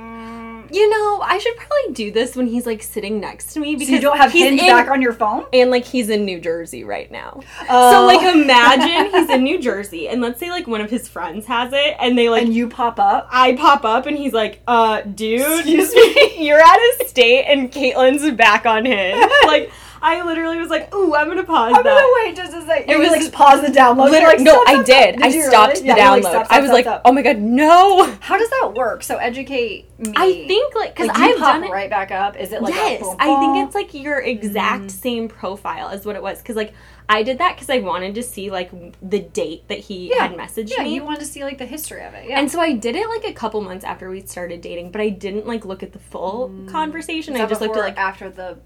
[SPEAKER 1] You know, I should probably do this when he's like sitting next to me because
[SPEAKER 2] so you don't have
[SPEAKER 1] he's
[SPEAKER 2] hinge
[SPEAKER 1] in-
[SPEAKER 2] back on your phone.
[SPEAKER 1] and like he's in New Jersey right now. So
[SPEAKER 2] Oh.
[SPEAKER 1] like imagine he's in New Jersey and let's say like one of his friends has it and they like
[SPEAKER 2] and you pop up.
[SPEAKER 1] I pop up and he's like, uh, dude,
[SPEAKER 2] Excuse
[SPEAKER 1] you're out of state and Caitlin's back on his. like, I literally was like, "Ooh, I'm gonna pause
[SPEAKER 2] I'm gonna
[SPEAKER 1] that."
[SPEAKER 2] wait just a second.
[SPEAKER 1] It
[SPEAKER 2] It was
[SPEAKER 1] was-
[SPEAKER 2] like pause the download. You're
[SPEAKER 1] Literally,
[SPEAKER 2] like,
[SPEAKER 1] no,
[SPEAKER 2] stop,
[SPEAKER 1] I
[SPEAKER 2] stop,
[SPEAKER 1] did.
[SPEAKER 2] stop.
[SPEAKER 1] I
[SPEAKER 2] you really?
[SPEAKER 1] stopped the
[SPEAKER 2] Yeah,
[SPEAKER 1] download.
[SPEAKER 2] you're stop,
[SPEAKER 1] I
[SPEAKER 2] stop,
[SPEAKER 1] was
[SPEAKER 2] stop,
[SPEAKER 1] like,
[SPEAKER 2] stop.
[SPEAKER 1] "Oh my god, no!"
[SPEAKER 2] how does that work? So educate me.
[SPEAKER 1] I think like because
[SPEAKER 2] Like, you
[SPEAKER 1] I've
[SPEAKER 2] pop
[SPEAKER 1] done it.
[SPEAKER 2] right back up. Is it like a
[SPEAKER 1] yes,
[SPEAKER 2] boom,
[SPEAKER 1] I
[SPEAKER 2] boom?
[SPEAKER 1] think it's like your exact same profile as what it was because like I did that because I wanted to see like w- the date that he
[SPEAKER 2] Yeah.
[SPEAKER 1] had messaged
[SPEAKER 2] yeah.
[SPEAKER 1] me.
[SPEAKER 2] You wanted to see like the history of it. Yeah.
[SPEAKER 1] And so I did it like a couple months after we started dating, but I didn't like look at the full conversation.
[SPEAKER 2] Was
[SPEAKER 1] I
[SPEAKER 2] that
[SPEAKER 1] just looked at
[SPEAKER 2] before or
[SPEAKER 1] like,
[SPEAKER 2] after the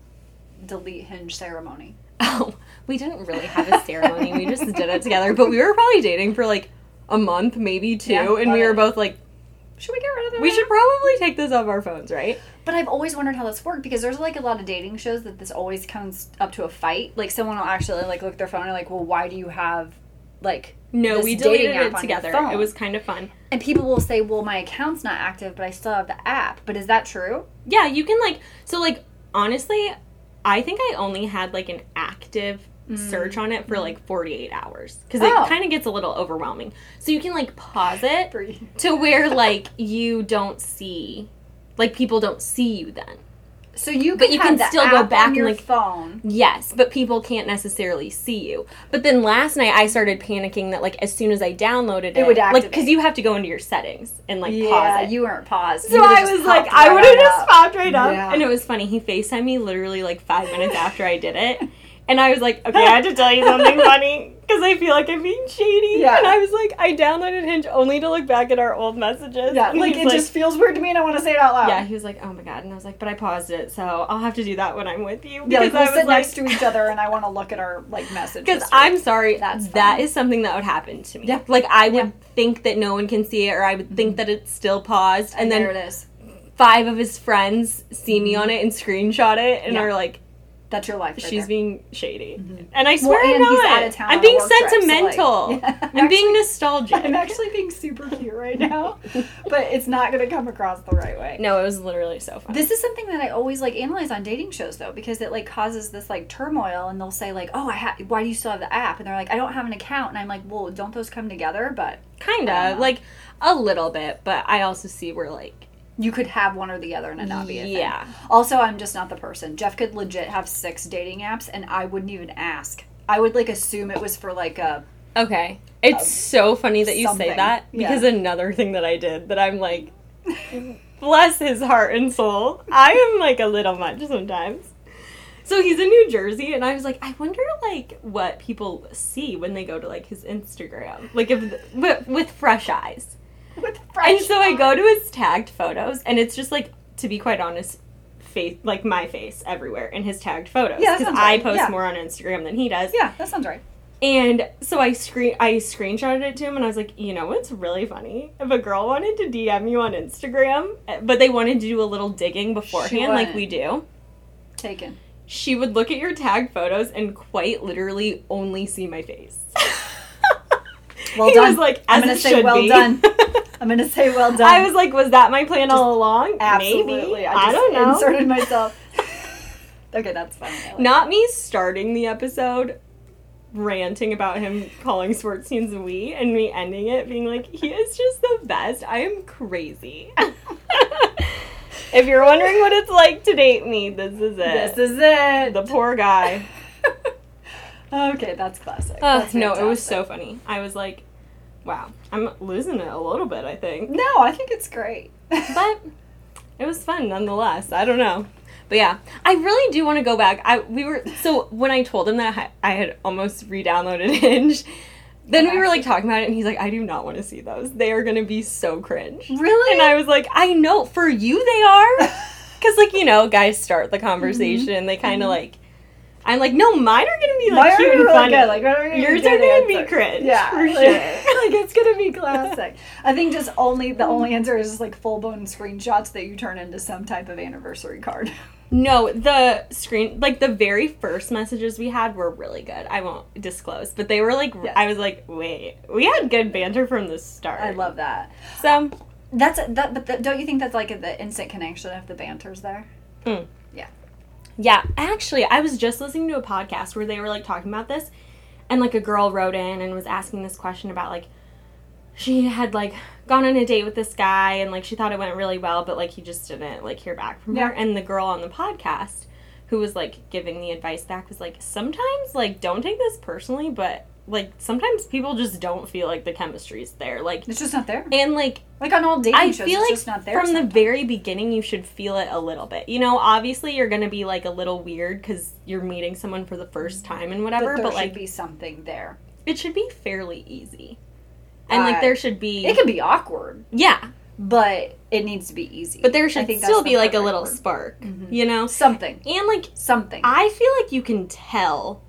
[SPEAKER 2] delete hinge ceremony.
[SPEAKER 1] oh, we didn't really have a ceremony. we just did it together, but we were probably dating for like a month, maybe two,
[SPEAKER 2] Yeah,
[SPEAKER 1] and we
[SPEAKER 2] love
[SPEAKER 1] were
[SPEAKER 2] it.
[SPEAKER 1] both like,
[SPEAKER 2] Should we get rid of that?
[SPEAKER 1] we should probably take this off our phones, right?
[SPEAKER 2] But I've always wondered how this worked because there's like a lot of dating shows that this always comes up to a fight. Like someone will actually like look at their phone and like, well, why do you have like?
[SPEAKER 1] No,
[SPEAKER 2] This
[SPEAKER 1] we
[SPEAKER 2] dating
[SPEAKER 1] deleted
[SPEAKER 2] app
[SPEAKER 1] it
[SPEAKER 2] on your
[SPEAKER 1] together.
[SPEAKER 2] phone.
[SPEAKER 1] It was kind of fun.
[SPEAKER 2] And people will say, well, my account's not active, but I still have the app. But is that true?
[SPEAKER 1] Yeah, you can like so like honestly, I think I only had like an active search on it for like 48 hours cuz
[SPEAKER 2] Oh.
[SPEAKER 1] it kind of gets a little overwhelming. So you can like pause it
[SPEAKER 2] For you.
[SPEAKER 1] to where like you don't see like people don't see you then.
[SPEAKER 2] So you,
[SPEAKER 1] But
[SPEAKER 2] could
[SPEAKER 1] you
[SPEAKER 2] have
[SPEAKER 1] can
[SPEAKER 2] the
[SPEAKER 1] still go
[SPEAKER 2] app
[SPEAKER 1] back
[SPEAKER 2] on
[SPEAKER 1] and,
[SPEAKER 2] your
[SPEAKER 1] like-
[SPEAKER 2] phone.
[SPEAKER 1] Yes, but people can't necessarily see you. But then last night I started panicking that like as soon as I downloaded it,
[SPEAKER 2] It would
[SPEAKER 1] like cuz
[SPEAKER 2] activate.
[SPEAKER 1] you have to go into your settings and like
[SPEAKER 2] yeah,
[SPEAKER 1] pause it.
[SPEAKER 2] you weren't paused.
[SPEAKER 1] So
[SPEAKER 2] You would've
[SPEAKER 1] I
[SPEAKER 2] just
[SPEAKER 1] was like,
[SPEAKER 2] popped
[SPEAKER 1] I
[SPEAKER 2] right
[SPEAKER 1] would have
[SPEAKER 2] on
[SPEAKER 1] just
[SPEAKER 2] up.
[SPEAKER 1] popped right up.
[SPEAKER 2] Yeah.
[SPEAKER 1] And it was funny. He FaceTimed me literally like five minutes after I did it. And I was like, okay, I had to tell you something funny because I feel like I'm being shady.
[SPEAKER 2] Yeah.
[SPEAKER 1] And I was like, I downloaded Hinge only to look back at our old messages.
[SPEAKER 2] Yeah,
[SPEAKER 1] And
[SPEAKER 2] like
[SPEAKER 1] he's
[SPEAKER 2] it just feels weird to me, and I want to say it out loud.
[SPEAKER 1] Yeah, he was like, oh my God. And I was like, but I paused it, so I'll have to do that when I'm with you.
[SPEAKER 2] yeah, like,
[SPEAKER 1] Because I
[SPEAKER 2] we'll
[SPEAKER 1] was
[SPEAKER 2] sit
[SPEAKER 1] like-
[SPEAKER 2] next to each other, and I want to look at our like messages.
[SPEAKER 1] Because
[SPEAKER 2] or-
[SPEAKER 1] I'm sorry,
[SPEAKER 2] That's
[SPEAKER 1] That's
[SPEAKER 2] fine.
[SPEAKER 1] something that would happen to me.
[SPEAKER 2] Yeah.
[SPEAKER 1] Like I would
[SPEAKER 2] Yeah. Mm-hmm.
[SPEAKER 1] think that no one can see it, or I would think that it's still paused, and,
[SPEAKER 2] and
[SPEAKER 1] then
[SPEAKER 2] there it is.
[SPEAKER 1] five of his friends see me on it and screenshot it and
[SPEAKER 2] Mm-hmm. Yeah.
[SPEAKER 1] are like,
[SPEAKER 2] That's your life. Right
[SPEAKER 1] she's
[SPEAKER 2] there. Mm-hmm.
[SPEAKER 1] being shady. And I
[SPEAKER 2] Well,
[SPEAKER 1] swear I'm
[SPEAKER 2] and he's
[SPEAKER 1] not.
[SPEAKER 2] out of town on
[SPEAKER 1] I'm
[SPEAKER 2] a
[SPEAKER 1] being
[SPEAKER 2] work trip, so, like-
[SPEAKER 1] sentimental.
[SPEAKER 2] Yeah.
[SPEAKER 1] I'm being nostalgic.
[SPEAKER 2] I'm actually being super cute right now, but it's not going to come across the right way.
[SPEAKER 1] no, it was literally so fun.
[SPEAKER 2] This is something that I always like analyze on dating shows though, because it like causes this like turmoil, and they'll say like, "Oh, I ha- why do you still have the app?" And they're like, "I don't have an account," and I'm like, "Well, don't those come together?" But
[SPEAKER 1] kind
[SPEAKER 2] I
[SPEAKER 1] of
[SPEAKER 2] don't know.
[SPEAKER 1] like a little bit, but I also see where like
[SPEAKER 2] you could have one or the other and it not be a thing.
[SPEAKER 1] Yeah.
[SPEAKER 2] Also, I'm just not the person. Jeff could legit have six dating apps, and I wouldn't even ask. I would like assume it was for like a
[SPEAKER 1] okay. It's so funny that you
[SPEAKER 2] something.
[SPEAKER 1] say that
[SPEAKER 2] Yeah.
[SPEAKER 1] because another thing that I did that I'm like, bless his heart and soul. I am like a little much sometimes. So he's in New Jersey, and I was like, I wonder like what people see when they go to like his Instagram, like if with, with fresh eyes.
[SPEAKER 2] with
[SPEAKER 1] And so I go to his tagged photos, and it's just like, to be quite honest, face like my face everywhere in his tagged photos.
[SPEAKER 2] Yeah, that sounds
[SPEAKER 1] I
[SPEAKER 2] right.
[SPEAKER 1] post
[SPEAKER 2] Yeah.
[SPEAKER 1] more on Instagram than he does.
[SPEAKER 2] Yeah, that sounds right.
[SPEAKER 1] And so I screen I screenshotted it to him, and I was like, you know what's really funny? If a girl wanted to DM you on Instagram, eh, but they wanted to do a little digging beforehand, like
[SPEAKER 2] wouldn't.
[SPEAKER 1] we do.
[SPEAKER 2] Taken.
[SPEAKER 1] She would look at your tagged photos and quite literally only see my face.
[SPEAKER 2] Well
[SPEAKER 1] he
[SPEAKER 2] done.
[SPEAKER 1] was like, as
[SPEAKER 2] I'm gonna
[SPEAKER 1] it
[SPEAKER 2] say
[SPEAKER 1] should
[SPEAKER 2] well
[SPEAKER 1] be.
[SPEAKER 2] done. I'm gonna say well done.
[SPEAKER 1] I was like, was that my plan all along?
[SPEAKER 2] absolutely.
[SPEAKER 1] Maybe.
[SPEAKER 2] I,
[SPEAKER 1] I,
[SPEAKER 2] just
[SPEAKER 1] don't know.
[SPEAKER 2] Inserted myself. okay, that's funny. I like
[SPEAKER 1] Not me starting the episode ranting about him calling Swartzstein's a wee and me ending it being like, he is just the best. I am crazy. if you're wondering what it's like to date me, this is it.
[SPEAKER 2] it. This is it.
[SPEAKER 1] the poor guy.
[SPEAKER 2] okay, that's classic.
[SPEAKER 1] Ugh,
[SPEAKER 2] That's
[SPEAKER 1] no, it was
[SPEAKER 2] fantastic.
[SPEAKER 1] so funny. I was like, wow, I'm losing it a little bit, I think.
[SPEAKER 2] No, I think it's great.
[SPEAKER 1] but it was fun nonetheless. I don't know. But yeah, I really do want to go back. I we were so when I told him that I I had almost re-downloaded Hinge, then we were like talking about it, and he's like, "I do not want to see those. They are gonna be so cringe."
[SPEAKER 2] Really?
[SPEAKER 1] And I was like, "I know for you they are," because like you know, guys start the conversation. They kind of like, I'm like, "No, mine are gonna be like
[SPEAKER 2] Mm-hmm. Mine are
[SPEAKER 1] cute and
[SPEAKER 2] really
[SPEAKER 1] funny.
[SPEAKER 2] good. Like, mine are gonna
[SPEAKER 1] Yours
[SPEAKER 2] be
[SPEAKER 1] are
[SPEAKER 2] good
[SPEAKER 1] gonna be
[SPEAKER 2] answers.
[SPEAKER 1] cringe,
[SPEAKER 2] Yeah,
[SPEAKER 1] for
[SPEAKER 2] like,
[SPEAKER 1] sure."
[SPEAKER 2] like it's gonna be classic. I think just only the only answer is just like full blown screenshots that you turn into some type of anniversary card.
[SPEAKER 1] No, the screen, like the very first messages we had were really good. I won't disclose, but they were like,
[SPEAKER 2] Yes.
[SPEAKER 1] I was like, wait, we had good banter from the start.
[SPEAKER 2] I love that.
[SPEAKER 1] So,
[SPEAKER 2] That's that, but the, don't you think that's like the instant connection if the banter's there?
[SPEAKER 1] yeah, actually, I was just listening to a podcast where they were like talking about this, and like a girl wrote in and was asking this question about like, she had like gone on a date with this guy and like she thought it went really well, but like he just didn't like hear back from
[SPEAKER 2] Yeah.
[SPEAKER 1] her. And the girl on the podcast who was like giving the advice back was like sometimes like don't take this personally but like sometimes people just don't feel like the chemistry's there like
[SPEAKER 2] It's just not there.
[SPEAKER 1] and like
[SPEAKER 2] Like on all dating
[SPEAKER 1] I
[SPEAKER 2] shows,
[SPEAKER 1] feel
[SPEAKER 2] it's
[SPEAKER 1] like
[SPEAKER 2] just not there.
[SPEAKER 1] from the
[SPEAKER 2] sometimes.
[SPEAKER 1] very beginning you should feel it a little bit. You know, obviously you're gonna be like a little weird because you're meeting someone for the first time and
[SPEAKER 2] But
[SPEAKER 1] whatever,
[SPEAKER 2] there
[SPEAKER 1] but,
[SPEAKER 2] should
[SPEAKER 1] like
[SPEAKER 2] be something there.
[SPEAKER 1] it should be fairly easy. And like
[SPEAKER 2] Right.
[SPEAKER 1] there should be
[SPEAKER 2] It can be awkward,
[SPEAKER 1] yeah,
[SPEAKER 2] but it needs to be easy.
[SPEAKER 1] but there should
[SPEAKER 2] that's
[SPEAKER 1] still
[SPEAKER 2] the
[SPEAKER 1] be like a
[SPEAKER 2] perfect
[SPEAKER 1] little
[SPEAKER 2] word.
[SPEAKER 1] spark,
[SPEAKER 2] Mhm.
[SPEAKER 1] you know.
[SPEAKER 2] something,
[SPEAKER 1] And like
[SPEAKER 2] something.
[SPEAKER 1] I feel like you can tell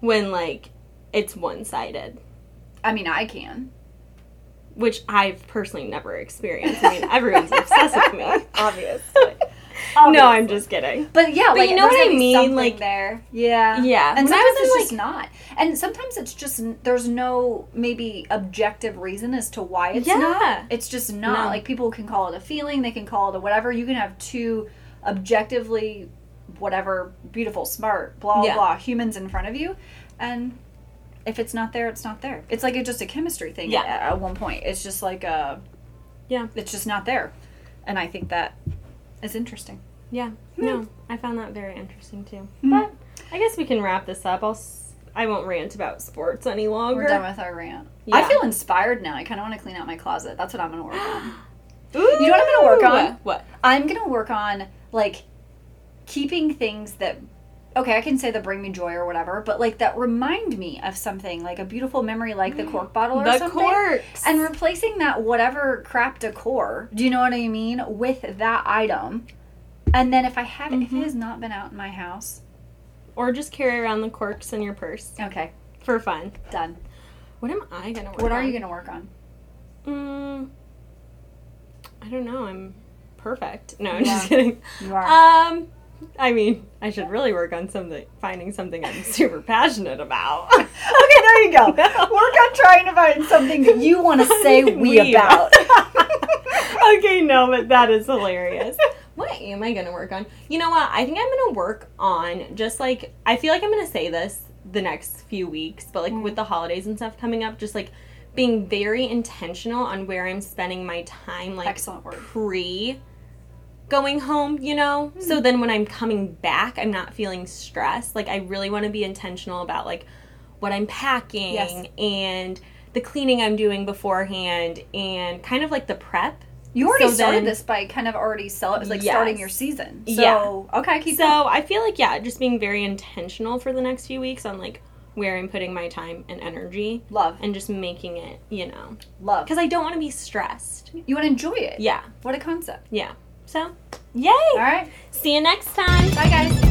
[SPEAKER 1] when like it's one sided.
[SPEAKER 2] I mean, I can.
[SPEAKER 1] Which I've personally never experienced. I mean, everyone's obsessed with me.
[SPEAKER 2] obviously.
[SPEAKER 1] No, I'm just kidding.
[SPEAKER 2] But yeah,
[SPEAKER 1] But
[SPEAKER 2] like
[SPEAKER 1] you know
[SPEAKER 2] there's
[SPEAKER 1] what
[SPEAKER 2] gotta
[SPEAKER 1] I
[SPEAKER 2] be
[SPEAKER 1] mean?
[SPEAKER 2] something
[SPEAKER 1] Like-
[SPEAKER 2] there, yeah,
[SPEAKER 1] Yeah.
[SPEAKER 2] Uh, And
[SPEAKER 1] when I
[SPEAKER 2] sometimes
[SPEAKER 1] was
[SPEAKER 2] it's
[SPEAKER 1] in,
[SPEAKER 2] just not. And sometimes it's just n- there's no maybe objective reason as to why it's
[SPEAKER 1] Yeah.
[SPEAKER 2] not. It's just not.
[SPEAKER 1] No.
[SPEAKER 2] Like people can call it a feeling, they can call it a whatever. You can have two objectively whatever beautiful, smart, blah
[SPEAKER 1] Yeah.
[SPEAKER 2] blah humans in front of you, and if it's not there, it's not there. It's like it's just a chemistry thing.
[SPEAKER 1] Yeah.
[SPEAKER 2] At, at one point, it's just like a
[SPEAKER 1] Yeah.
[SPEAKER 2] It's just not there, and I think that is interesting.
[SPEAKER 1] Yeah. No, I found that very interesting too.
[SPEAKER 2] Hmm.
[SPEAKER 1] But I guess we can wrap this up. I'll s- I won't rant about sports any longer.
[SPEAKER 2] We're done with our rant. I
[SPEAKER 1] Yeah.
[SPEAKER 2] feel inspired now. I kind of want to clean out my closet. That's what I'm going to work on.
[SPEAKER 1] Ooh!
[SPEAKER 2] You know what I'm gonna work on?
[SPEAKER 1] What?
[SPEAKER 2] I'm going to work on, like, keeping things that, okay, I can say that bring me joy or whatever, but, like, that remind me of something, like a beautiful memory, like the cork bottle or
[SPEAKER 1] The
[SPEAKER 2] something.
[SPEAKER 1] corks.
[SPEAKER 2] And replacing that whatever crap decor, do you know what I mean, with that item. And then if I have, if it
[SPEAKER 1] Mhm.
[SPEAKER 2] has not been out in my house,
[SPEAKER 1] or just carry around the corks in your purse
[SPEAKER 2] okay,
[SPEAKER 1] for fun.
[SPEAKER 2] done.
[SPEAKER 1] What am I gonna work
[SPEAKER 2] What
[SPEAKER 1] on?
[SPEAKER 2] are you going to work on?
[SPEAKER 1] Mm, I don't know. I'm perfect. No, I'm
[SPEAKER 2] Yeah.
[SPEAKER 1] just kidding.
[SPEAKER 2] You are.
[SPEAKER 1] Um, I mean, I should really work on something, finding something I'm super passionate about.
[SPEAKER 2] Okay, there you
[SPEAKER 1] No.
[SPEAKER 2] go. Work on trying to find something that you want to say we about.
[SPEAKER 1] okay, no, but that is hilarious. What am I gonna work on? You know what? I think I'm gonna work on just like I feel like I'm gonna say this the next few weeks, but like with the holidays and stuff coming up, just like being very intentional on where I'm spending my time, like
[SPEAKER 2] Excellent word.
[SPEAKER 1] pre going home, you know? So then when I'm coming back, I'm not feeling stressed. Like I really want to be intentional about like what I'm packing
[SPEAKER 2] Yes.
[SPEAKER 1] and the cleaning I'm doing beforehand and kind of like the prep.
[SPEAKER 2] You already
[SPEAKER 1] So
[SPEAKER 2] started
[SPEAKER 1] then-
[SPEAKER 2] this by kind of already sell it was like
[SPEAKER 1] Yes.
[SPEAKER 2] starting your season. So
[SPEAKER 1] Yeah.
[SPEAKER 2] okay, keep going.
[SPEAKER 1] So I feel like yeah, just being very intentional for the next few weeks on like where I'm putting my time and energy
[SPEAKER 2] Love.
[SPEAKER 1] and just making it, you know.
[SPEAKER 2] Love.
[SPEAKER 1] Cuz I don't want to be stressed.
[SPEAKER 2] You want to enjoy it.
[SPEAKER 1] Yeah.
[SPEAKER 2] What a concept.
[SPEAKER 1] Yeah. So, yay.
[SPEAKER 2] All right.
[SPEAKER 1] See you next time.
[SPEAKER 2] Bye guys.